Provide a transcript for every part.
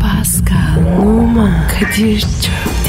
Pascal, Oman, Kadir çok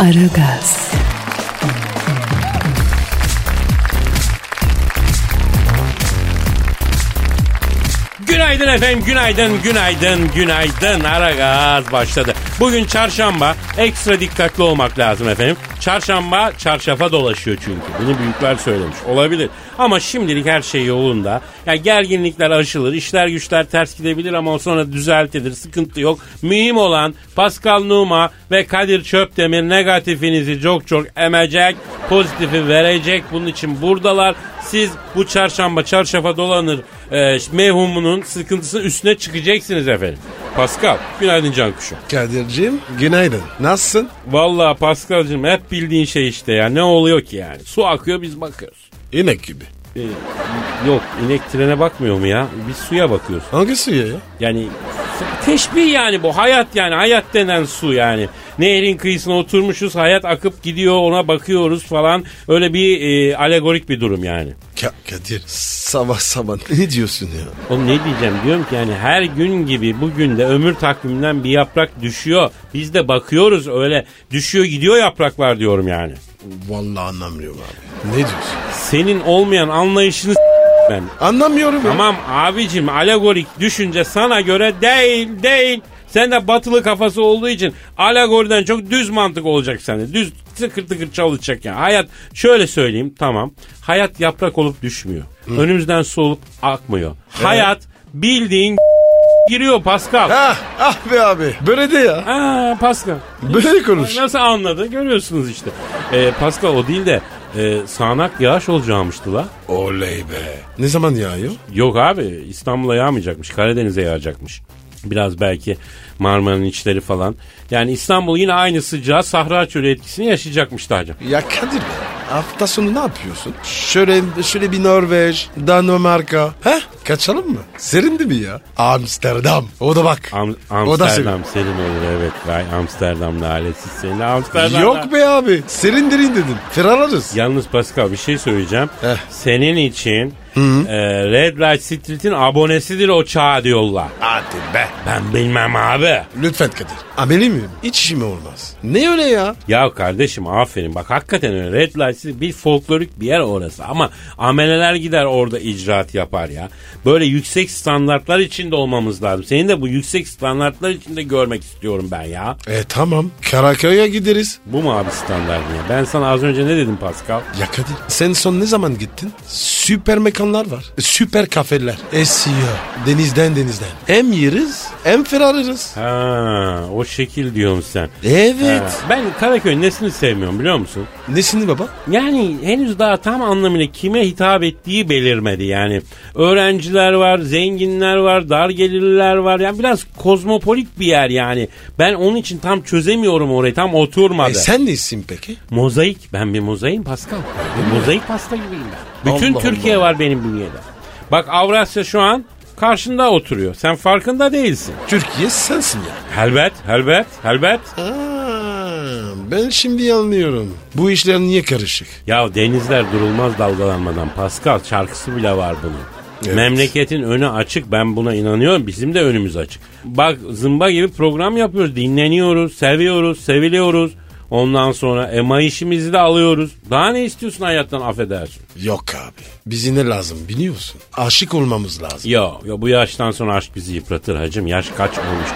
Aragaz, Günaydın efendim, günaydın, günaydın, günaydın. Ara gaz başladı. Bugün çarşamba, ekstra dikkatli olmak lazım efendim. Çarşamba çarşafa dolaşıyor çünkü. Bunu büyükler söylemiş. Olabilir. Ama şimdilik her şey yolunda. Ya gerginlikler aşılır, işler güçler ters gidebilir ama o sonra düzeltilir. Sıkıntı yok. Mühim olan Pascal Numa ve Kadir Çöptemir negatifinizi çok çok emecek, pozitifi verecek. Bunun için buradalar. Siz bu çarşamba çarşafa dolanır e, mevhumunun sıkıntısının üstüne çıkacaksınız efendim. Pascal, günaydın can kuşu. Kadir'cim günaydın. Nasılsın? Valla Pascal'cığım hep bildiğin şey işte ya. Ne oluyor ki yani? Su akıyor biz bakıyoruz. İnek gibi. E, yok inek trene bakmıyor mu ya? Biz suya bakıyoruz. Hangi suya ya? Yani teşbih yani bu hayat yani hayat denen su yani. Nehrin kıyısına oturmuşuz hayat akıp gidiyor ona bakıyoruz falan. Öyle bir e, alegorik bir durum yani. Ka- Kadir sabah sabah ne diyorsun ya? Oğlum ne diyeceğim diyorum ki yani her gün gibi bugün de ömür takviminden bir yaprak düşüyor. Biz de bakıyoruz öyle düşüyor gidiyor yapraklar diyorum yani. Vallahi anlamıyorum abi. Ne diyorsun? Senin olmayan anlayışını s- ben. Anlamıyorum ya. Tamam abicim alegorik düşünce sana göre değil değil. Sen de batılı kafası olduğu için alegoriden çok düz mantık olacak sende. Düz tıkır tıkır çalışacak yani. Hayat şöyle söyleyeyim tamam. Hayat yaprak olup düşmüyor. Önümüzden su olup akmıyor. Hayat bildiğin giriyor Pascal. Ah, ah be abi. Böyle de ya. Aa Pascal. Böyle konuş. Nasıl anladı görüyorsunuz işte. Ee, Pascal o değil de e, sağanak yağış olacağımıştı la. Oley be. Ne zaman yağıyor? Yok abi İstanbul'a yağmayacakmış. Karadeniz'e yağacakmış. Biraz belki Marmara'nın içleri falan. Yani İstanbul yine aynı sıcağı Sahra Çölü etkisini yaşayacakmış daha Ya Kadir be. Hafta sonu ne yapıyorsun? Şöyle, şöyle bir Norveç, Danimarka. He? Kaçalım mı? Serindi mi ya? Amsterdam. O da bak. Am- o da Amsterdam senin olur evet. Vay Amsterdam lalesiz seni Amsterdam. Yok be abi. Serindirin dedim. Ferararız. Yalnız Pascal bir şey söyleyeceğim. Heh. Senin için e, Red Light Street'in abonesidir o çağ diyorlar. Hadi be. Ben bilmem abi. Lütfen Kadir. Ameli miyim? Hiç işim olmaz. Ne öyle ya? Ya kardeşim aferin bak hakikaten öyle Red Light City bir folklorik bir yer orası ama ameleler gider orada icraat yapar ya. Böyle yüksek standartlar içinde olmamız lazım. Seni de bu yüksek standartlar içinde görmek istiyorum ben ya. E tamam. Karaköy'e gideriz. Bu mu abi standartın ya? Ben sana az önce ne dedim Pascal? Ya Kadir sen son ne zaman gittin? Süper mekanlar var. Süper kafeler. Esiyor. Denizden denizden. Hem yeriz hem ferarırız. Ha, o şekil diyorsun sen. Evet. Ha, Ben Karaköy'ün nesini sevmiyorum biliyor musun? Nesini baba? Yani henüz daha tam anlamıyla kime hitap ettiği belirmedi yani. Öğrenciler var, zenginler var, dar gelirliler var. Yani biraz kozmopolit bir yer yani. Ben onun için tam çözemiyorum orayı. Tam oturmadı. E sen nesin peki? Mozaik. Ben bir mozaikim Pascal. Bir mozaik pasta gibiyim ben. Bütün Allah Türkiye var benim bünyede. Bak Avrasya şu an karşında oturuyor. Sen farkında değilsin. Türkiye sensin yani. Helbet, helbet, helbet. Aa, ben şimdi anlıyorum. Bu işler niye karışık? Ya denizler durulmaz dalgalanmadan. Pascal şarkısı bile var bunun. Evet. Memleketin önü açık ben buna inanıyorum bizim de önümüz açık. Bak zımba gibi program yapıyoruz dinleniyoruz seviyoruz seviliyoruz. Ondan sonra ema işimizi de alıyoruz. Daha ne istiyorsun hayattan affedersin. Yok abi. Bizi ne lazım biliyor musun? Aşık olmamız lazım. Ya, ya bu yaştan sonra aşk bizi yıpratır hacım. Yaş kaç olmuş 47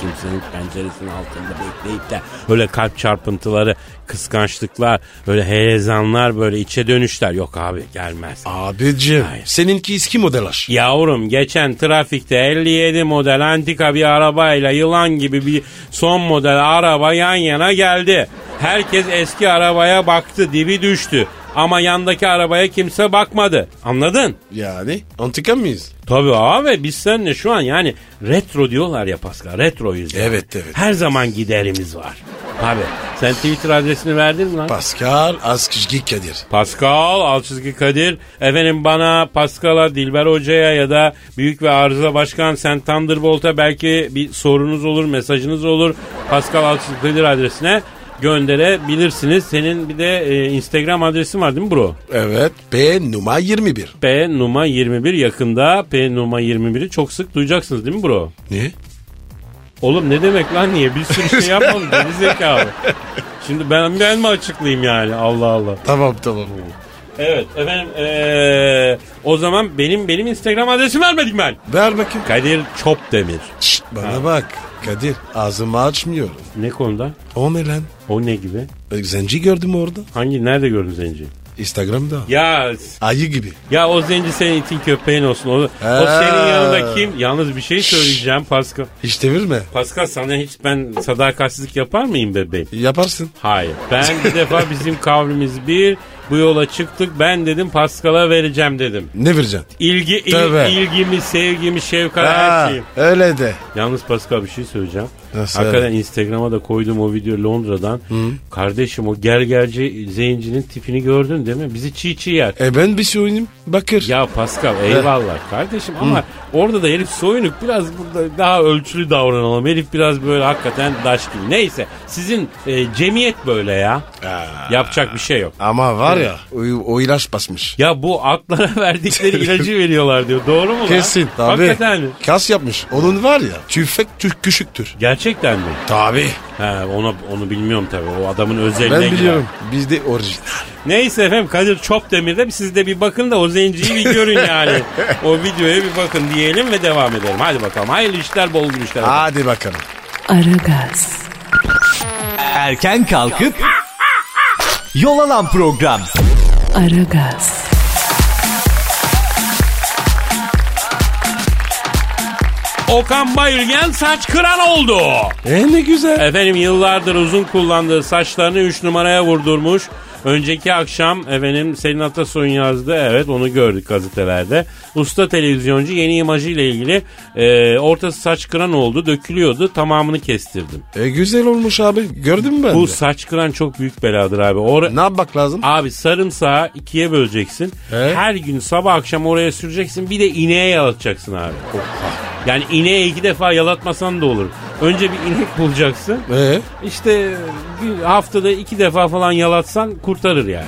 kimsenin penceresinin altında bekleyip de öyle kalp çarpıntıları, kıskançlıklar, böyle heyezanlar böyle içe dönüşler. Yok abi gelmez. Abicim Hayır. seninki eski model aşık. Yavrum geçen trafikte 57 model antika bir arabayla yılan gibi bir son model araba yan yana geldi. Herkes eski arabaya baktı dibi düştü. Ama yandaki arabaya kimse bakmadı. Anladın? Yani antika mıyız? Tabii abi biz seninle şu an yani retro diyorlar ya Pascal. Retroyuz ya. Evet, evet. Her zaman giderimiz var. Abi sen Twitter adresini verdin mi lan? Pascal Askışgi Kadir. Pascal Alçızgi Kadir. Efendim bana Pascal'a, Dilber Hoca'ya ya da Büyük ve Arıza Başkan Sen Thunderbolt'a belki bir sorunuz olur, mesajınız olur. Pascal Alçızgi Kadir adresine gönderebilirsiniz. Senin bir de e, Instagram adresin var değil mi bro? Evet. P numara 21. P Numa 21 yakında P Numa 21'i çok sık duyacaksınız değil mi bro? Ne? Oğlum ne demek lan niye? Bir sürü şey yapmam geri zekalı. Şimdi ben, ben mi açıklayayım yani Allah Allah. Tamam tamam. Evet efendim eee, o zaman benim benim Instagram adresimi vermedim ben. Ver bakayım. Kadir Çopdemir. Şşt, bana bak. Kadir ağzımı açmıyorum. Ne konuda? O ne lan? O ne gibi? E, Zenci gördüm orada. Hangi nerede gördün zenci? Instagram'da. Ya Ayı gibi. ya o zenci senin itin köpeğin olsun. O, o Ha. senin yanında kim? Yalnız bir şey söyleyeceğim Pascal. Hiç devirme. Pascal sana hiç ben sadakatsizlik yapar mıyım bebeğim? Yaparsın. Hayır. Ben bir defa bizim kavrimiz bir. Bu yola çıktık. Ben dedim Pascal'a vereceğim dedim. Ne vereceksin? İlgi, il- Tabii. ilgimi, sevgimi, şefkat her Ha, şeyim. öyle de. Yalnız Pascal bir şey söyleyeceğim. Nasıl? Hakikaten Instagram'a da koydum o video Londra'dan. Kardeşim o gergerci zencinin tipini gördün değil mi? Bizi çiğ çiğ yer. E ben bir şey oynayayım. Bakır. Ya Pascal eyvallah kardeşim ama orada da herif soyunup biraz burada daha ölçülü davranalım. Herif biraz böyle hakikaten daş gibi. Neyse sizin e, cemiyet böyle ya. Yapacak bir şey yok. Ama var ya o, o ilaç basmış. Ya bu atlara verdikleri ilacı veriyorlar diyor. Doğru mu lan? Kesin tabii. Hakikaten mi? Kas yapmış. Onun var ya tüfek tü- küçüktür. Gerçekten mi? Tabi. He, onu, onu bilmiyorum tabii. O adamın özeline Ben girer. biliyorum. Bizde orijinal. Neyse efendim Kadir Çopdemir'de siz de bir bakın da o zenciyi bir görün yani. o videoya bir bakın diyelim ve devam edelim. Hadi bakalım. Hayırlı işler, bol gülüşler. Hadi bakalım. Aragaz, Erken kalkıp yol alan program. Aragaz, Okan Bayülgen saç kıran oldu. E ne güzel. Efendim yıllardır uzun kullandığı saçlarını 3 numaraya vurdurmuş. Önceki akşam efendim Selin Atasoy'un yazdı. Evet onu gördük gazetelerde. Usta televizyoncu yeni imajıyla ilgili e, ortası saç kıran oldu. Dökülüyordu. Tamamını kestirdim. E güzel olmuş abi. Gördün mü ben Bu de? saç kıran çok büyük beladır abi. Or- Ne yapmak lazım? Abi sarımsağı ikiye böleceksin. He? Her gün sabah akşam oraya süreceksin. Bir de ineğe yalatacaksın abi. Yani ineğe iki defa yalatmasan da olur. Önce bir inek bulacaksın. E İşte bir haftada iki defa falan yalatsan kurtarır yani.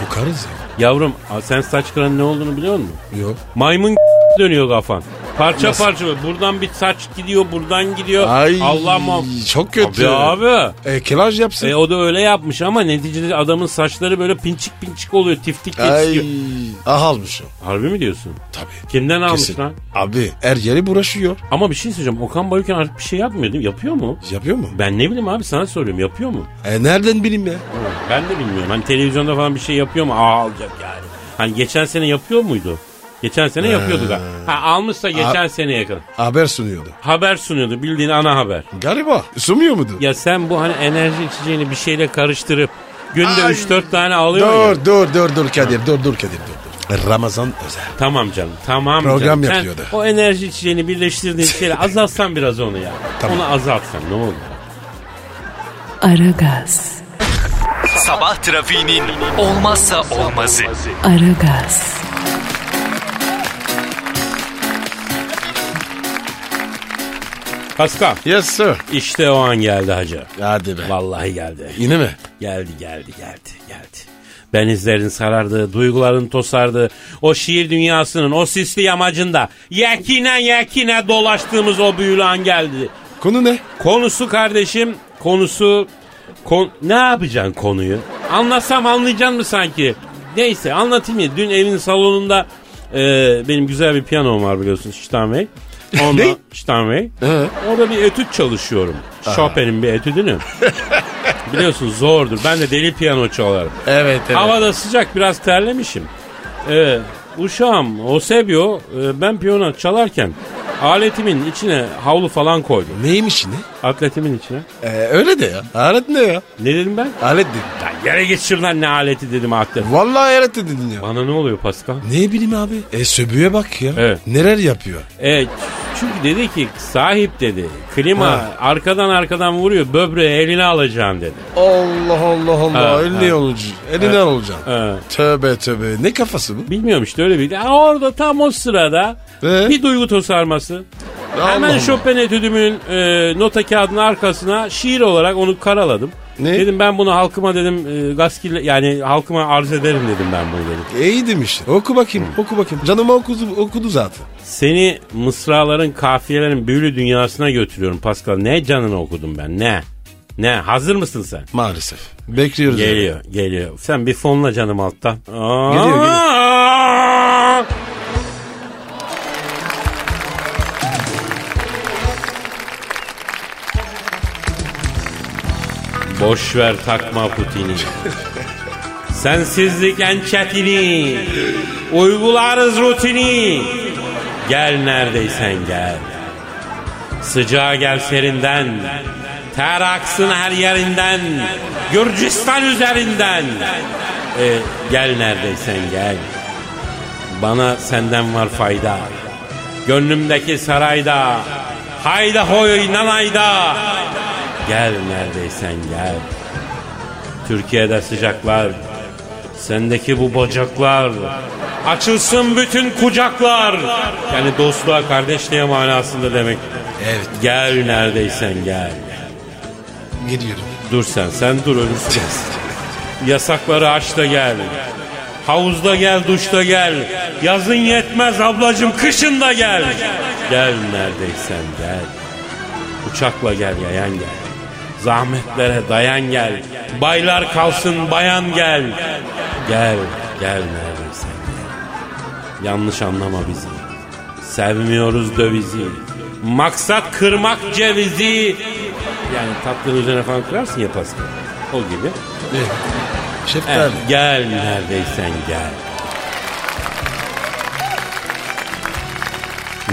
kokarız ya. Yavrum a- sen saç kıranın ne olduğunu biliyor musun? Yok. Maymun dönüyor kafan. Parça parça böyle. buradan bir saç gidiyor buradan gidiyor. Ay Allah muhafaza. çok kötü. Abi abi. E kelaj yapsın. E, o da öyle yapmış ama neticede adamın saçları böyle pinçik pinçik oluyor tiftik Ay yetişiyor. ah almış o. Harbi mi diyorsun? Tabii. Kimden almış Kesin. lan? Abi her yeri uğraşıyor. Ama bir şey söyleyeceğim. Okan Bayülgen artık bir şey yapmıyor değil mi? Yapıyor mu? Yapıyor mu? Ben ne bileyim abi sana soruyorum. Yapıyor mu? E nereden bileyim ya? Ben de bilmiyorum. Hani televizyonda falan bir şey yapıyor mu? Aa alacak yani. Hani geçen sene yapıyor muydu? Geçen sene Ee. yapıyordu da. Ha almışsa geçen seneye kadar. Haber sunuyordu. Haber sunuyordu bildiğin ana haber. Galiba. Sunuyor muydu? Ya sen bu hani enerji içeceğini bir şeyle karıştırıp günde Ay. 3-4 tane alıyor ya. Dur dur dur dur Kadir dur dur Kadir dur dur. Ramazan özel. Tamam canım tamam Program canım. Sen yapıyordu. o enerji içeceğini birleştirdiğin şeyle azaltsan biraz onu ya. Tamam. Onu azaltsan ne olur. Aragaz, Sabah trafiğinin olmazsa olmazı. Aragaz, Pascal Yes sir. işte o an geldi hacı. Hadi be. Vallahi geldi. Yine mi? Geldi geldi geldi geldi. Benizlerin sarardığı, duyguların tosardığı, o şiir dünyasının o sisli yamacında yekine yekine dolaştığımız o büyülü an geldi. Konu ne? Konusu kardeşim, konusu... Kon ne yapacaksın konuyu? Anlatsam anlayacaksın mı sanki? Neyse anlatayım ya. Dün evin salonunda e, benim güzel bir piyanom var biliyorsunuz Steinway. Onda, Ne? Steinway. Ee? Orada bir etüt çalışıyorum. Chopin'in bir etüdünü. Biliyorsun zordur. Ben de deli piyano çalarım. Evet evet. Havada sıcak biraz terlemişim. Ee, uşağım Eusebio e, ben piyano e, çalarken Aletimin içine havlu falan koydum. Neymiş ne? Atletimin içine. Ee, öyle de ya. Alet ne ya? Ne dedim ben? Alet dedim. Ya yere git şuradan ne aleti dedim atlet. Vallahi alet dedin ya. Bana ne oluyor Pascal? Ne bileyim abi. E söbüğe bak ya. Evet. Neler yapıyor? Evet E, çünkü dedi ki sahip dedi. Klima Ha. arkadan arkadan vuruyor böbreği eline alacaksın dedi. Allah Allah Allah. Ha, Eline ha. olacaksın. Eline olacaksın. Evet. Tövbe tövbe. Ne kafası bu? Bilmiyorum işte öyle bir. Ha, orada tam o sırada Ee? bir duygu tosarması. Allah Hemen Allah. Chopin etüdümün e, nota kağıdının arkasına şiir olarak onu karaladım. Ne? Dedim ben bunu halkıma dedim e, gaskille yani halkıma arz ederim dedim ben bunu dedim. E, iyi demiş. Oku bakayım. Oku bakayım. Canıma okudu, okudu zaten. Seni mısraların kafiyelerin büyülü dünyasına götürüyorum Pascal. Ne canını okudum ben ne? Ne hazır mısın sen? Maalesef. Bekliyoruz. Geliyor, geliyor. Sen bir fonla canım alttan. Aa! Geliyor, Boş ver takma Putin'i. Sensizlik en çetini. Uygularız rutini. Gel neredeysen gel. Sıcağa gel serinden. Ter aksın her yerinden. Gürcistan üzerinden. Ee, gel neredeysen gel. Bana senden var fayda. Gönlümdeki sarayda. Hayda hoy nanayda. Gel neredeysen gel. Türkiye'de sıcaklar. Sendeki bu bacaklar. Açılsın bütün kucaklar. Yani dostluğa kardeşliğe manasında demek. Evet. Gel neredeysen gel. Geliyorum. Dur sen, sen dur ölürsün. Yasakları aç da gel. Havuzda gel, duşta gel. Yazın yetmez ablacım, kışın da gel. Gel neredeysen gel. Uçakla gel, yayan gel. Zahmetlere dayan gel. Baylar kalsın, bayan gel. Gel, gel neredeysen gel. Yanlış anlama bizi. Sevmiyoruz dövizi. Maksat kırmak cevizi. Yani tatlının üzerine falan kırarsın ya Pascal. O gibi. Şeftali. Evet, gel neredeysen gel.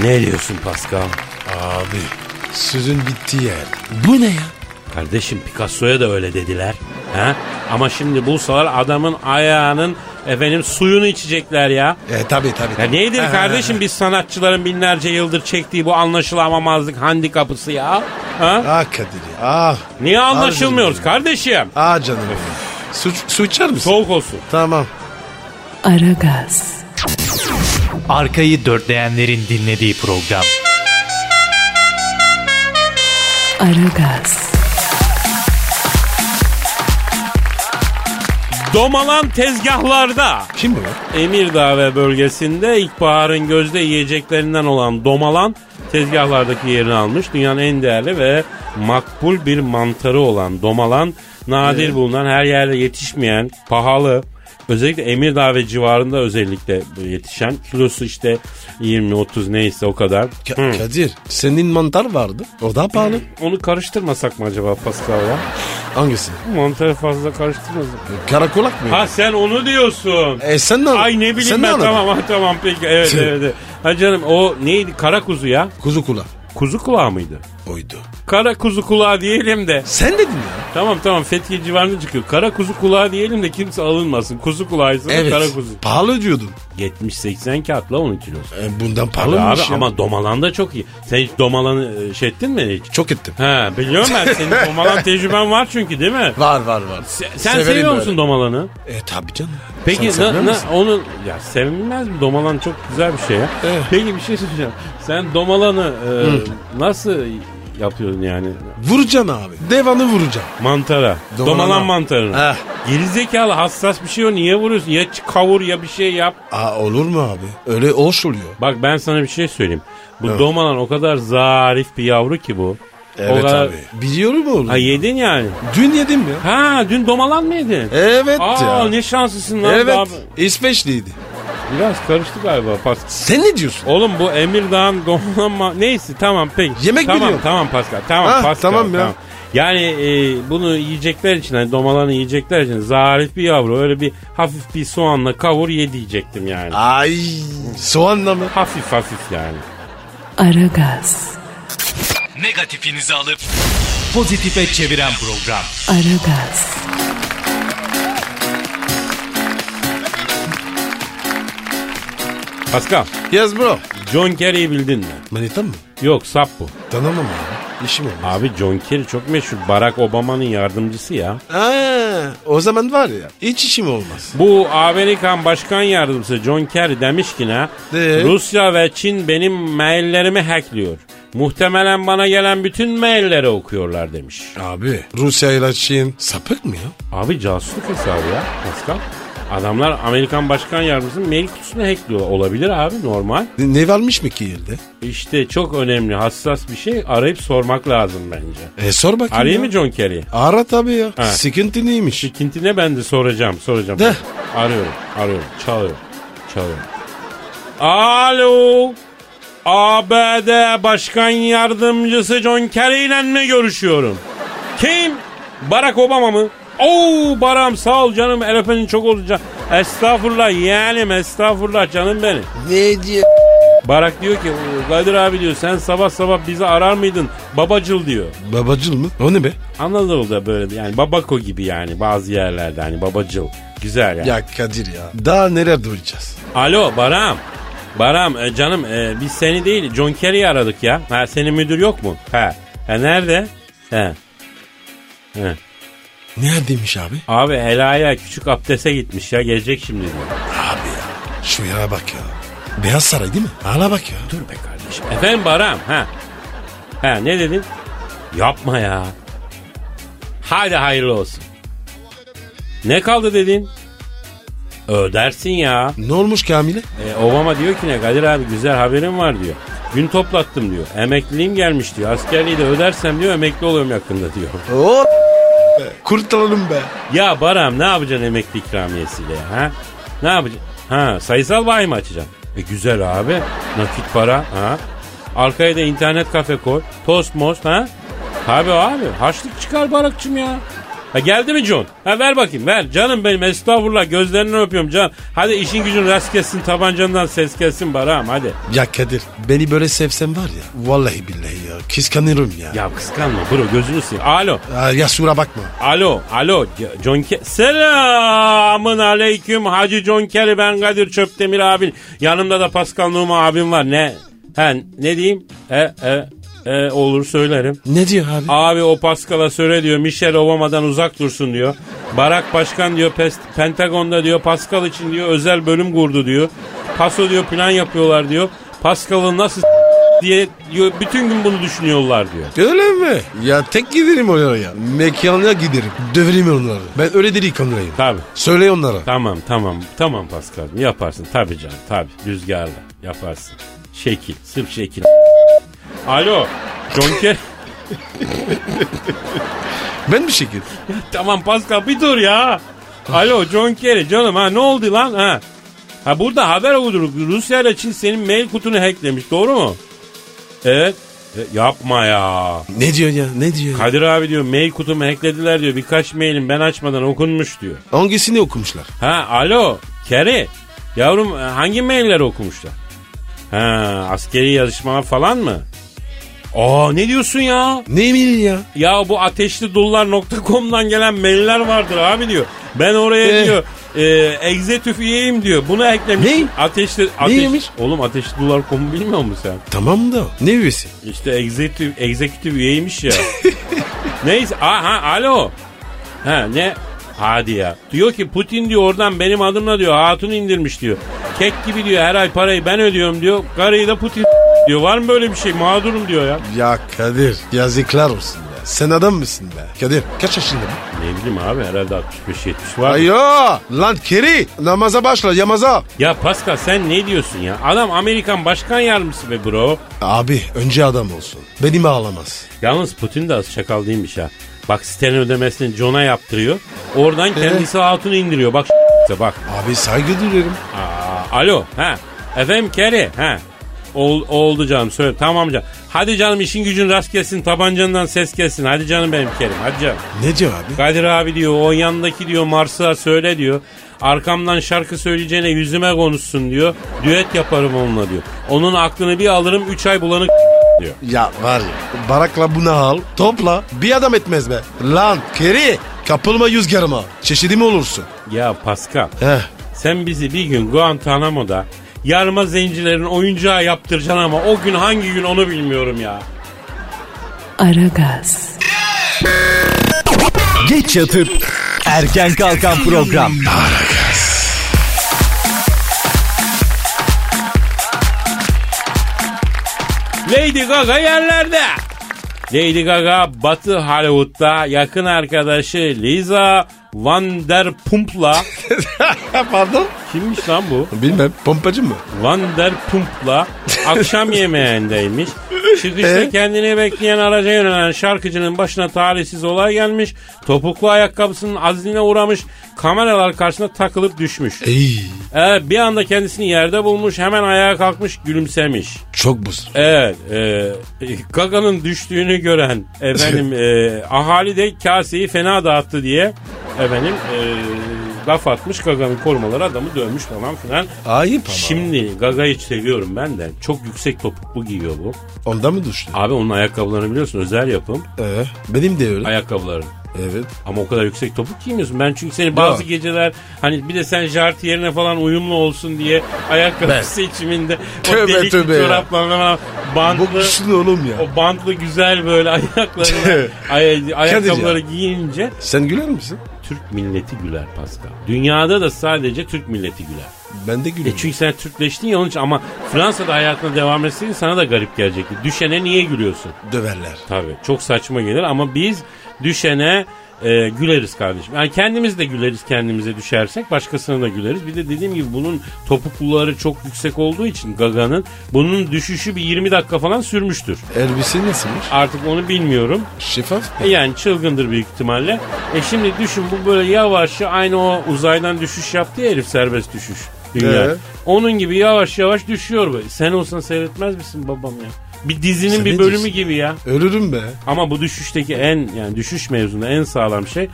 Ne diyorsun Pascal? Abi. Sözün bittiği yer. Bu ne ya? Kardeşim Picasso'ya da öyle dediler. Ha? Ama şimdi bulsalar adamın ayağının efendim suyunu içecekler ya. E tabi tabi. Ya nedir kardeşim biz sanatçıların binlerce yıldır çektiği bu anlaşılamamazlık handikapısı ya? Ha? Ah Kadir ya. Ah. Niye anlaşılmıyoruz Harbiden. kardeşim? Ah canım. benim. Su, su içer misin? Soğuk olsun. Tamam. Aragaz, Arkayı dörtleyenlerin dinlediği program. Aragaz, Domalan tezgahlarda Kim bu lan? Emirdağ ve bölgesinde ilkbaharın gözde yiyeceklerinden olan domalan tezgahlardaki yerini almış. Dünyanın en değerli ve makbul bir mantarı olan domalan nadir bulunan her yerde yetişmeyen pahalı özellikle Emirdağ ve civarında özellikle yetişen kilosu işte 20-30 neyse o kadar. Ka- Hı. Kadir senin mantar vardı. O daha pahalı. Onu karıştırmasak mı acaba Pascal ya? Hangisi? Mantarı fazla karıştırmasak. Karakolak mı? Ha sen onu diyorsun. E sen ne Ay ne bileyim sen ben anladın? Şey- tamam ha, tamam peki evet Tüh. evet. evet. Ha canım o neydi kara kuzu ya? Kuzu kula. Kuzu kulağı mıydı? Oydu. Kara kuzu kulağı diyelim de. Sen dedin ya. Tamam tamam Fethiye civarında çıkıyor. Kara kuzu kulağı diyelim de kimse alınmasın. Kuzu kulağıysa da Evet. kara kuzu. Pahalı diyordun. 70-80 kağıt la onun kilosu. E, bundan Abi, pahalıymış ya. ama domalan da çok iyi. Sen hiç domalanı e, şey ettin mi hiç? Çok ettim. Ha biliyorum ben senin domalan tecrüben var çünkü değil mi? Var var var. Se- Sen seviyor musun domalanı? E tabi canım. Peki Sen seviyor na, na, musun? onu ya sevilmez mi? Domalan çok güzel bir şey ya. Evet. Peki bir şey söyleyeceğim. Sen domalanı e, nasıl yapıyorsun yani? Vuracaksın abi. Devanı vuracaksın. Mantara. Domala. Domalan mantarına. Heh. Gerizekalı hassas bir şey o niye vuruyorsun? Ya ç- kavur ya bir şey yap. Aa, olur mu abi? Öyle hoş oluyor. Bak ben sana bir şey söyleyeyim. Bu domalan o kadar zarif bir yavru ki bu. o Evet kadar... abi. Biliyorum oğlum. Ha yedin yani. Dün yedim ya. Ha dün domalan mı yedin? Evet Aa ya. ne şanslısın lan. Evet. Abi. İsveçliydi. Biraz karıştı galiba pas. Sen ne diyorsun? Oğlum bu Emirdağ'ın donanma neyse tamam peki. Yemek tamam, biliyorum. Tamam Pascal tamam Ha, Pascal. tamam ya. Yani e, bunu yiyecekler için hani domalanı yiyecekler için zarif bir yavru öyle bir hafif bir soğanla kavur ye diyecektim yani. Ay soğanla mı? Hafif hafif yani. Aragaz, Negatifinizi alıp pozitife çeviren program. Aragaz, Pascal, Yes bro. John Kerry'i bildin mi? Manita mı? Yok sap bu. Tanımam abi. İşim olmaz. Abi John Kerry çok meşhur. Barack Obama'nın yardımcısı ya. Ha, o zaman var ya hiç işim olmaz. Bu Amerikan Başkan Yardımcısı John Kerry demiş ki ne? De. Rusya ve Çin benim maillerimi hackliyor. Muhtemelen bana gelen bütün mailleri okuyorlar demiş. Abi Rusya ile Çin sapık mı ya? Abi casusluk hesabı ya Pascal. Adamlar Amerikan Başkan Yardımcısı'nın mail kutusunu hackliyor. Olabilir abi normal. Ne, ne varmış mı ki yerde? İşte çok önemli hassas bir şey arayıp sormak lazım bence. E sor bakayım. Arayayım ya. mı John Kerry'i? Ara tabii ya. Ha. Sıkıntı neymiş? Şikinti ne ben de soracağım soracağım. De. Arıyorum arıyorum çalıyorum çalıyorum. Alo ABD Başkan Yardımcısı John Kerry ile mi görüşüyorum? Kim? Barack Obama mı? Oo Baram sağ ol canım el öpenin çok olacak. Estağfurullah yeğenim estağfurullah canım benim. Ne diyor? Barak diyor ki Kadir abi diyor sen sabah sabah bizi arar mıydın babacıl diyor. Babacıl mı? O ne be? Anadolu'da böyle yani babako gibi yani bazı yerlerde hani babacıl. Güzel yani. Ya Kadir ya. Daha neler duyacağız? Alo Baram. Baram e, canım e, biz seni değil John Kerry'i aradık ya. Ha senin müdür yok mu? Ha. Ha nerede? He. He. Ne demiş abi? Abi helaya küçük abdese gitmiş ya gelecek şimdi diyor. Abi ya. Şu yere bak ya. Beyaz Saray değil mi? Hala bak ya. Dur be kardeşim. Efendim Baram ha. Ha ne dedin? Yapma ya. Hadi hayırlı olsun. Ne kaldı dedin? Ödersin ya. Ne olmuş Kamil'e? E, Obama diyor ki ne Kadir abi güzel haberim var diyor. Gün toplattım diyor. Emekliliğim gelmiş diyor. Askerliği de ödersem diyor emekli oluyorum yakında diyor. Oo. Be. Kurtulalım be. Ya Baram ne yapacaksın emekli ikramiyesiyle ya? Ha? Ne yapacaksın? Ha sayısal bayi mi açacaksın? E güzel abi. Nakit para. Ha? Arkaya da internet kafe koy. Tost most ha? Tabi abi haçlık çıkar barakçım ya. Ha geldi mi John? Ha ver bakayım ver. Canım benim estağfurullah gözlerinden öpüyorum can. Hadi işin gücün rast kessin tabancandan ses kessin Baram hadi. Ya Kadir beni böyle sevsen var ya. Vallahi billahi ya. Kıskanırım ya. Ya, Ya kıskanma bro gözünü seveyim. Alo. ya sura bakma. Alo, alo. C- John Ke- Selamın aleyküm Hacı John Kerry ben Kadir Çöptemir abin. Yanımda da Pascal Numa abim var. Ne? He, ne diyeyim? E, e, e, olur söylerim. Ne diyor abi? Abi o Pascal'a söyle diyor Michelle Obama'dan uzak dursun diyor. Barack Başkan diyor Pes- Pentagon'da diyor Pascal için diyor özel bölüm kurdu diyor. Paso diyor plan yapıyorlar diyor. Pascal'ı nasıl s- diye diyor, bütün gün bunu düşünüyorlar diyor. Öyle mi? Ya tek giderim oraya. Mekanına giderim. Döverim onları. Ben öyle delikanlıyım. Tabii. Söyle onlara. Tamam tamam tamam Paskal'cığım yaparsın tabii canım tabii rüzgarla yaparsın. Şekil sırf şekil. Alo John Kerry. Ben mi şekil? tamam Pascal bir dur ya. Alo John Kerry canım ha ne oldu lan ha. Ha burada haber okuduk Rusya ile Çin senin mail kutunu hacklemiş doğru mu? Evet. E, yapma ya. Ne diyor ya? Ne diyor? ya? Kadir abi diyor mail kutumu hacklediler diyor. Birkaç mailim ben açmadan okunmuş diyor. Hangisini okumuşlar? Ha alo Keri. Yavrum e, hangi mailleri okumuşlar? Ha askeri yazışmalar falan mı? Aa ne diyorsun ya? Ne miydi ya? Ya bu ateşli dullar.com'dan gelen mailler vardır abi diyor. Ben oraya Ee? diyor e, egzetüf üyeyim diyor. Bunu eklemiş. Ne? Ateşli, ateş, Neymiş? Oğlum ateşli dullar.com'u bilmiyor musun sen? Tamam da ne üyesi? İşte executive, executive üyeymiş ya. Neyse aha alo. Ha ne? Hadi ya. Diyor ki Putin diyor oradan benim adımla diyor hatun indirmiş diyor. Kek gibi diyor her ay parayı ben ödüyorum diyor. Karıyı da Putin diyor. Var mı böyle bir şey mağdurum diyor ya. Ya Kadir yazıklar olsun be. Sen adam mısın be? Kadir kaç yaşında bu? Ne bileyim abi herhalde 65-70 var. Ayo lan keri namaza başla yamaza. Ya Pascal sen ne diyorsun ya? Adam Amerikan başkan yardımcısı be bro. Abi önce adam olsun. Beni mi ağlamaz? Yalnız Putin de az çakal değilmiş ha. Bak sitenin ödemesini John'a yaptırıyor. Oradan kendisi hatunu indiriyor. Bak bak. Abi saygı duyuyorum. Aa, Alo. Ha. Efendim Keri. Ha. Ol, oldu canım söyle. Tamam canım. Hadi canım işin gücün rast gelsin. Tabancandan ses gelsin. Hadi canım benim Kerim. Hadi canım. Ne diyor abi? Kadir abi diyor o yandaki diyor Mars'a söyle diyor. Arkamdan şarkı söyleyeceğine yüzüme konuşsun diyor. Düet yaparım onunla diyor. Onun aklını bir alırım 3 ay bulanık diyor. Ya var ya. Barakla bunu al. Topla. Bir adam etmez be. Lan keri. Kapılma rüzgarıma. Çeşidi mi olursun? Ya Pascal Heh. sen bizi bir gün Guantanamo'da yarma zencilerin oyuncağı yaptıracaksın ama o gün hangi gün onu bilmiyorum ya. Aragaz, Geç yatıp erken kalkan program. Lady Gaga yerlerde. Lady Gaga Batı Hollywood'da yakın arkadaşı Lisa Vanderpump'la Pardon? kimmiş lan bu? Bilmem. Pompacı mı? Vanderpump'la akşam yemeğindeymiş. Çıkışta E? kendini bekleyen araca yönelen şarkıcının başına talihsiz olay gelmiş. Topuklu ayakkabısının azline uğramış. Kameralar karşısında takılıp düşmüş. İyi. Ee, bir anda kendisini yerde bulmuş. Hemen ayağa kalkmış gülümsemiş. Çok buz. Evet, e, Gaga'nın düştüğünü gören efendim e, ahali de kaseyi fena dağıttı diye efendim e, laf atmış Gaga'nın korumaları adamı dövmüş falan filan. Ayıp ama. Şimdi Gaga'yı seviyorum ben de. Çok yüksek topuklu giyiyor bu. Onda mı düştü? Abi onun ayakkabılarını biliyorsun özel yapım Ee, benim de öyle. ayakkabıları. Evet. Ama o kadar yüksek topuk giymiyorsun. Ben çünkü seni bazı Yok. geceler hani bir de sen jart yerine falan uyumlu olsun diye ayakkabı seçiminde o Tövbe delikli tövbe ya. çorapla falan bantlı Bu kışın oğlum ya. o bantlı güzel böyle ayaklarına ay- ayakkabıları giyince Sen güler misin? Türk milleti güler Pascal. Dünyada da sadece Türk milleti güler. Ben de E gülerim. çünkü sen Türkleştin ya onun için ama Fransa'da hayatına devam etseydin sana da garip gelecekti. Düşene niye gülüyorsun? Döverler. Tabii çok saçma gelir ama biz düşene e, güleriz kardeşim. Yani kendimiz de güleriz kendimize düşersek başkasına da güleriz. Bir de dediğim gibi bunun topukluları çok yüksek olduğu için Gaga'nın bunun düşüşü bir 20 dakika falan sürmüştür. Elbise nasılmış? Artık onu bilmiyorum. Şeffaf E mı? Yani çılgındır büyük ihtimalle. E şimdi düşün bu böyle yavaşça aynı o uzaydan düşüş yaptı ya herif serbest düşüş. Dünya. Evet. Onun gibi yavaş yavaş düşüyor böyle. Sen olsan seyretmez misin babam ya? Bir dizinin Sen bir ne bölümü diyorsun? gibi ya. Ölürüm be. Ama bu düşüşteki en yani düşüş mevzunda en sağlam şey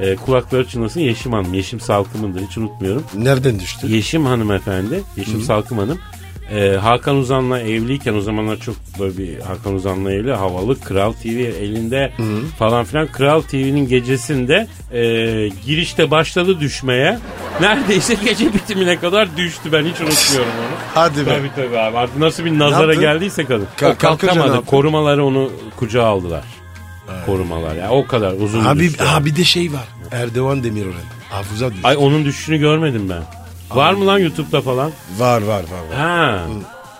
e, kulakları çınlasın Yeşim Hanım. Yeşim Salkım'ındır hiç unutmuyorum. Nereden düştü? Yeşim Hanım efendi. Yeşim Salkım Hanım. e, Hakan Uzan'la evliyken o zamanlar çok böyle bir Hakan Uzan'la evli havalı Kral TV elinde falan filan Kral TV'nin gecesinde e, girişte başladı düşmeye. Neredeyse gece bitimine kadar düştü ben hiç unutmuyorum onu. Hadi be. Tabii tabii abi artık nasıl bir nazara yaptın? geldiyse kadın. Ka- o kalkamadı kalkınca ne yaptın? korumaları onu kucağa aldılar. Korumalar ya o kadar uzun Abi, düştü. abi de şey var. Erdoğan Demirören. Hafuza düştü. Ay onun düşüşünü görmedim ben. Var mı lan YouTube'da falan? Var var var. var. Ha.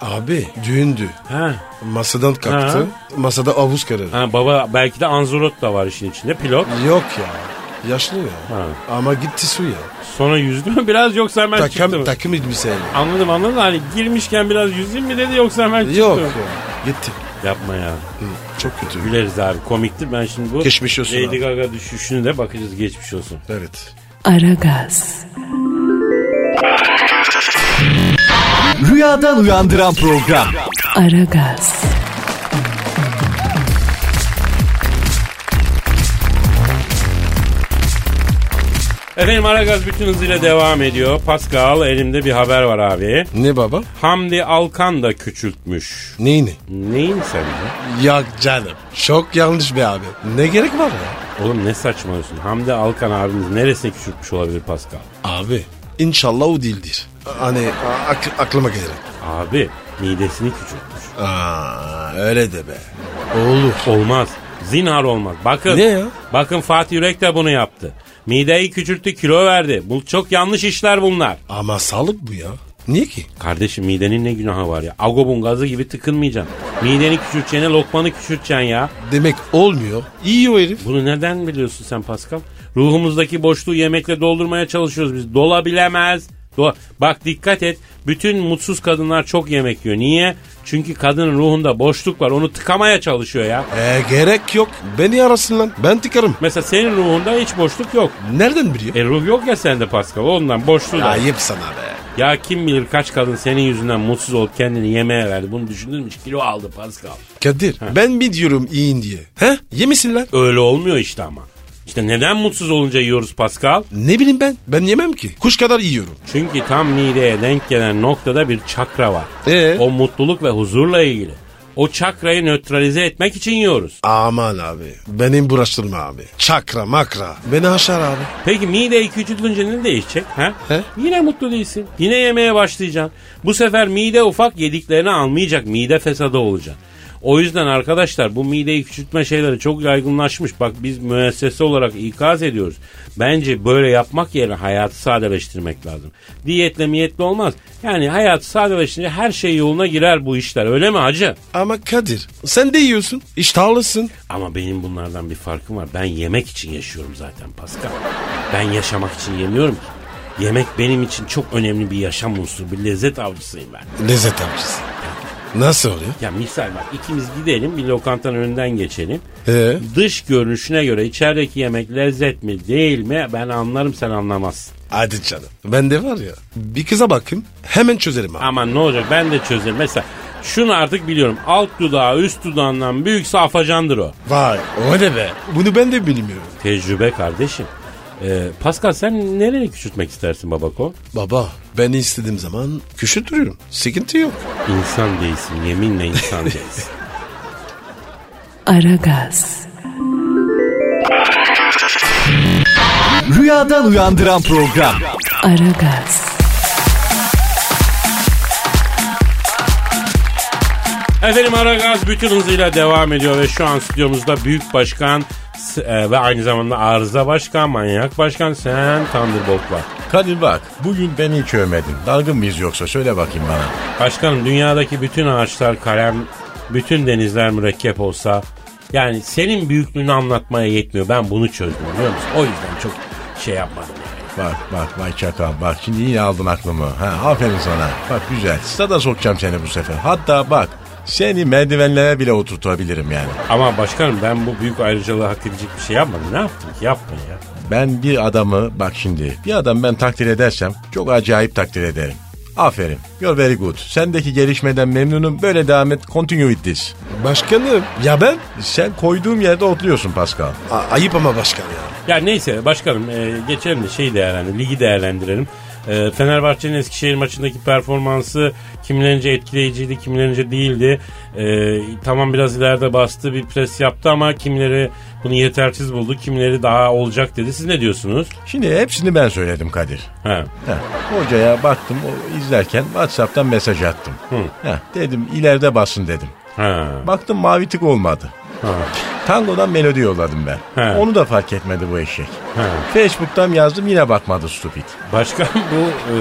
Abi düğündü. Ha. Masadan kalktı. Masada avuz kararı. Ha baba belki de Anzorot da var işin içinde pilot. Yok ya. Yaşlı ya. Ha. Ama gitti su ya. Sonra yüzdü mü biraz yoksa hemen çıktı Takım, mı? takım elbiseyle. Anladım anladım hani girmişken biraz yüzeyim mi dedi yoksa hemen çıktı Yok mı? ya. Gitti. Yapma ya. Hı, çok kötü. Güleriz abi komiktir ben şimdi bu Geçmiş olsun Lady abi. Gaga düşüşünü de bakacağız geçmiş olsun. Evet. Aragaz, Rüyadan uyandıran program. Aragaz, Efendim Aragaz bütün hızıyla devam ediyor. Pascal elimde bir haber var abi. Ne baba? Hamdi Alkan da küçültmüş. Neyini? Neyin sence? Ya canım. Çok yanlış be abi. Ne gerek var ya? Oğlum ne saçmalıyorsun? Hamdi Alkan abimiz neresine küçültmüş olabilir Pascal? Abi. İnşallah o değildir. Hani a- ak- aklıma gelir. Abi midesini küçültmüş. Aa, öyle de be. Olur. Olmaz. Zinhar olmaz. Bakın. Ne ya? Bakın Fatih Yürek de bunu yaptı. Mideyi küçülttü kilo verdi. Bu çok yanlış işler bunlar. Ama sağlık bu ya. Niye ki? Kardeşim midenin ne günahı var ya? Agobun gazı gibi tıkınmayacaksın. Mideni küçülteceğine lokmanı küçülteceksin ya. Demek olmuyor. İyi o herif. Bunu nereden biliyorsun sen Pascal? Ruhumuzdaki boşluğu yemekle doldurmaya çalışıyoruz biz. Dolabilemez. Dola- Bak dikkat et. Bütün mutsuz kadınlar çok yemek yiyor. Niye? Çünkü kadının ruhunda boşluk var. Onu tıkamaya çalışıyor ya. E, gerek yok. Beni arasın lan. Ben tıkarım. Mesela senin ruhunda hiç boşluk yok. Nereden biliyor? E ruh yok ya sende Pascal ondan boşluğu da. Ayıp sana be. Ya kim bilir kaç kadın senin yüzünden mutsuz olup kendini yemeğe verdi. Bunu düşündün mü? Kilo aldı Pascal. Kadir ben mi diyorum yiyin diye? He? Yemişsin lan. Öyle olmuyor işte ama. İşte neden mutsuz olunca yiyoruz Pascal? Ne bileyim ben? Ben yemem ki. Kuş kadar yiyorum. Çünkü tam mideye denk gelen noktada bir çakra var. Ee? O mutluluk ve huzurla ilgili. O çakrayı nötralize etmek için yiyoruz. Aman abi. Benim bulaştırma abi. Çakra makra. Beni aşar abi. Peki mideyi küçültünce ne değişecek? Ha? He? Yine mutlu değilsin. Yine yemeye başlayacaksın. Bu sefer mide ufak yediklerini almayacak. Mide fesadı olacak. O yüzden arkadaşlar bu mideyi küçültme şeyleri çok yaygınlaşmış. Bak biz müessese olarak ikaz ediyoruz. Bence böyle yapmak yerine hayatı sadeleştirmek lazım. Diyetle miyetle olmaz. Yani hayatı sadeleştirince her şey yoluna girer bu işler. Öyle mi hacı? Ama Kadir sen de yiyorsun. İştahlısın. Ama benim bunlardan bir farkım var. Ben yemek için yaşıyorum zaten Pascal. Ben yaşamak için yemiyorum ki. Yemek benim için çok önemli bir yaşam unsuru, bir lezzet avcısıyım ben. Lezzet avcısı. Nasıl oluyor? Ya misal bak ikimiz gidelim bir lokantanın önünden geçelim. Ee? Dış görünüşüne göre içerideki yemek lezzet mi değil mi ben anlarım sen anlamazsın. Hadi canım. Ben de var ya. Bir kıza bakayım. Hemen çözerim abi. Aman ne olacak ben de çözerim. Mesela şunu artık biliyorum alt dudağı üst dudağından büyükse afacandır o. Vay o ne be. Bunu ben de bilmiyorum. Tecrübe kardeşim. Ee, Pascal sen nereye küçültmek istersin babako? Baba ben istediğim zaman köşe duruyorum. Sıkıntı yok. İnsan değilsin yeminle insan değilsin. Aragaz, Rüyadan uyandıran program. Aragaz, Efendim Aragaz bütün hızıyla devam ediyor ve şu an stüdyomuzda Büyük Başkan s- e, ve aynı zamanda Arıza Başkan, Manyak Başkan sen Thunderbolt var. Kadir bak bugün beni hiç övmedin. Dalgın mıyız yoksa söyle bakayım bana. Başkanım dünyadaki bütün ağaçlar kalem, bütün denizler mürekkep olsa yani senin büyüklüğünü anlatmaya yetmiyor. Ben bunu çözdüm biliyor musun? O yüzden çok şey yapmadım. yani. Bak bak bak çakal bak şimdi yine aldın aklımı. Ha, aferin sana. Bak güzel stada sokacağım seni bu sefer. Hatta bak seni merdivenlere bile oturtabilirim yani. Ama başkanım ben bu büyük ayrıcalığı hak edecek bir şey yapmadım. Ne yaptım ki? Yapma ya. Ben bir adamı bak şimdi bir adam ben takdir edersem çok acayip takdir ederim. Aferin. You're very good. Sendeki gelişmeden memnunum. Böyle devam et. Continue with this. Başkanım ya ben Sen koyduğum yerde oturuyorsun Pascal. A- ayıp ama başkan ya. Ya neyse başkanım e, geçelim de şeyi değerlendirelim, ligi değerlendirelim. E, Fenerbahçe'nin Eskişehir maçındaki performansı kimilerince etkileyiciydi, kimilerince değildi. E, tamam biraz ileride bastı, bir pres yaptı ama kimileri bunu yetersiz buldu, kimileri daha olacak dedi. Siz ne diyorsunuz? Şimdi hepsini ben söyledim Kadir. Ha. Heh, hocaya baktım o izlerken Whatsapp'tan mesaj attım. Heh, dedim ileride basın dedim. Ha. Baktım mavi tık olmadı. Ha. Tango'dan melodi yolladım ben. He. Onu da fark etmedi bu eşek. He. Facebook'tan yazdım yine bakmadı stupid. Başkan bu e,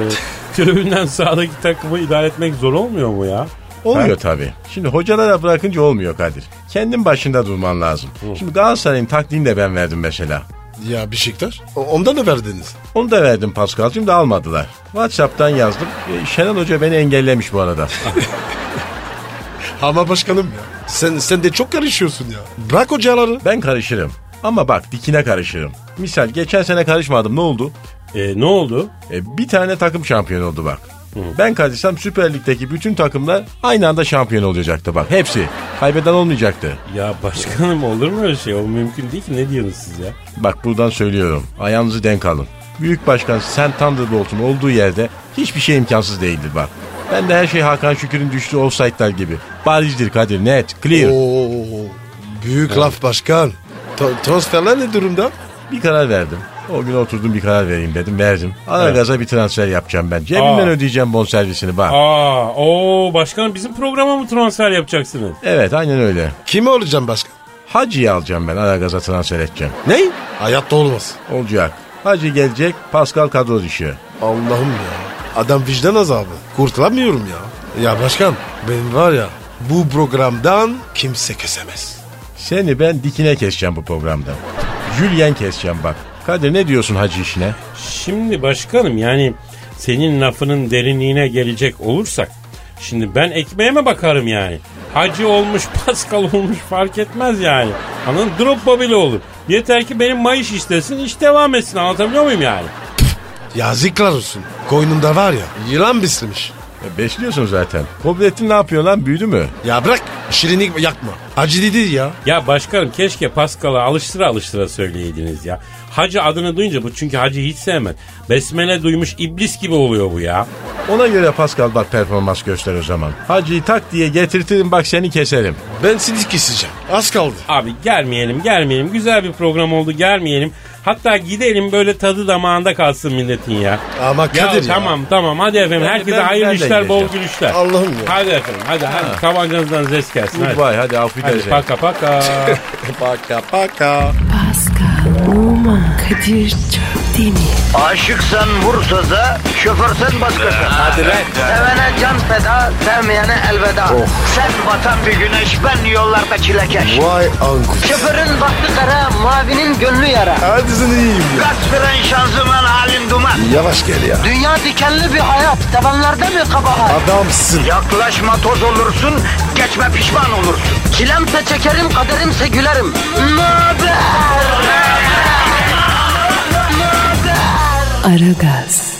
tribünden sağdaki takımı idare etmek zor olmuyor mu ya? Oluyor tabii. Şimdi hocalara bırakınca olmuyor Kadir. Kendin başında durman lazım. Şimdi Galatasaray'ın taktiğini de ben verdim mesela. Ya Beşiktaş o- ondan da verdiniz. Onu da verdim Paskal'cığım da almadılar. Whatsapp'tan yazdım. E, Şenol Hoca beni engellemiş bu arada. Ama başkanım ya. Sen, sen de çok karışıyorsun ya. Bırak hocaları. ben karışırım. Ama bak dikine karışırım. Misal geçen sene karışmadım ne oldu? E, ne oldu? E, bir tane takım şampiyon oldu bak. Ben kalırsam Süper Lig'deki bütün takımlar aynı anda şampiyon olacaktı bak. Hepsi. Kaybeden olmayacaktı. Ya başkanım olur mu öyle şey? O mümkün değil ki. Ne diyorsunuz siz ya? Bak buradan söylüyorum. Ayağınızı denk alın. Büyük Başkan Sen Thunderbolt'un olduğu yerde hiçbir şey imkansız değildir bak. Ben de her şey Hakan Şükür'ün düştüğü offside'lar gibi. Barizdir Kadir net, clear. Oo, büyük laf başkan. To- transferler ne durumda? Bir karar verdim. O gün oturdum bir karar vereyim dedim verdim. Ara gaza bir transfer yapacağım ben. Cebimden Aa. ödeyeceğim bonservisini bak. Aa, o başkanım bizim programa mı transfer yapacaksınız? Evet aynen öyle. Kimi olacağım başkan? Hacı'yı alacağım ben ara gaza transfer edeceğim. Ne? Hayatta olmaz. Olacak. Hacı gelecek, Pascal kadro dışı. Allah'ım ya. Adam vicdan azabı. Kurtulamıyorum ya. Ya başkan benim var ya bu programdan kimse kesemez. Seni ben dikine keseceğim bu programda. Julien keseceğim bak. Kadir ne diyorsun hacı işine? Şimdi başkanım yani senin lafının derinliğine gelecek olursak şimdi ben ekmeğime bakarım yani. Hacı olmuş, Pascal olmuş fark etmez yani. Anladın? Drop bile olur. Yeter ki benim mayış istesin, iş devam etsin. Anlatabiliyor muyum yani? Yazıklar olsun. Koynunda var ya yılan beslemiş. E, Besliyorsun zaten. Kobrettin ne yapıyor lan büyüdü mü? Ya bırak şirinlik yakma. Acı değil ya. Ya başkanım keşke Paskal'a alıştıra alıştıra söyleydiniz ya. Hacı adını duyunca bu çünkü hacı hiç sevmez. Besmele duymuş iblis gibi oluyor bu ya. Ona göre Pascal bak performans göster o zaman. Hacı'yı tak diye getirtirim bak seni keserim. Ben sizi keseceğim. Az kaldı. Abi gelmeyelim gelmeyelim güzel bir program oldu gelmeyelim. Hatta gidelim böyle tadı damağında kalsın milletin ya. Ama Ya Kadir ya. tamam tamam hadi efendim Ben- herkese ben- hayırlı ben de işler bol gideceğim. gülüşler. Allah'ım ya. Hadi efendim hadi hadi tabancanızdan zes gelsin hadi. Vay hadi Hadi afiyet paka paka. Paka paka. Pascal, Oman, Kadir çok değil mi? Aşıksan vursa da, şoförsen başkasın. Hadi lan. Oh. Sevene can feda, sevmeyene elveda. Sen batan bir güneş, ben yollarda çilekeş. Vay anku. Şoförün baktı kara, mavinin gönlü yara. Hadi sen iyiyim ya. Kasperen şanzıman halin duman. Yavaş gel ya. Dünya dikenli bir hayat, sevenlerde mi kabahar? Adamsın. Yaklaşma toz olursun, geçme pişman olursun. Çilemse çekerim, kaderimse gülerim. Möber! Aragaz.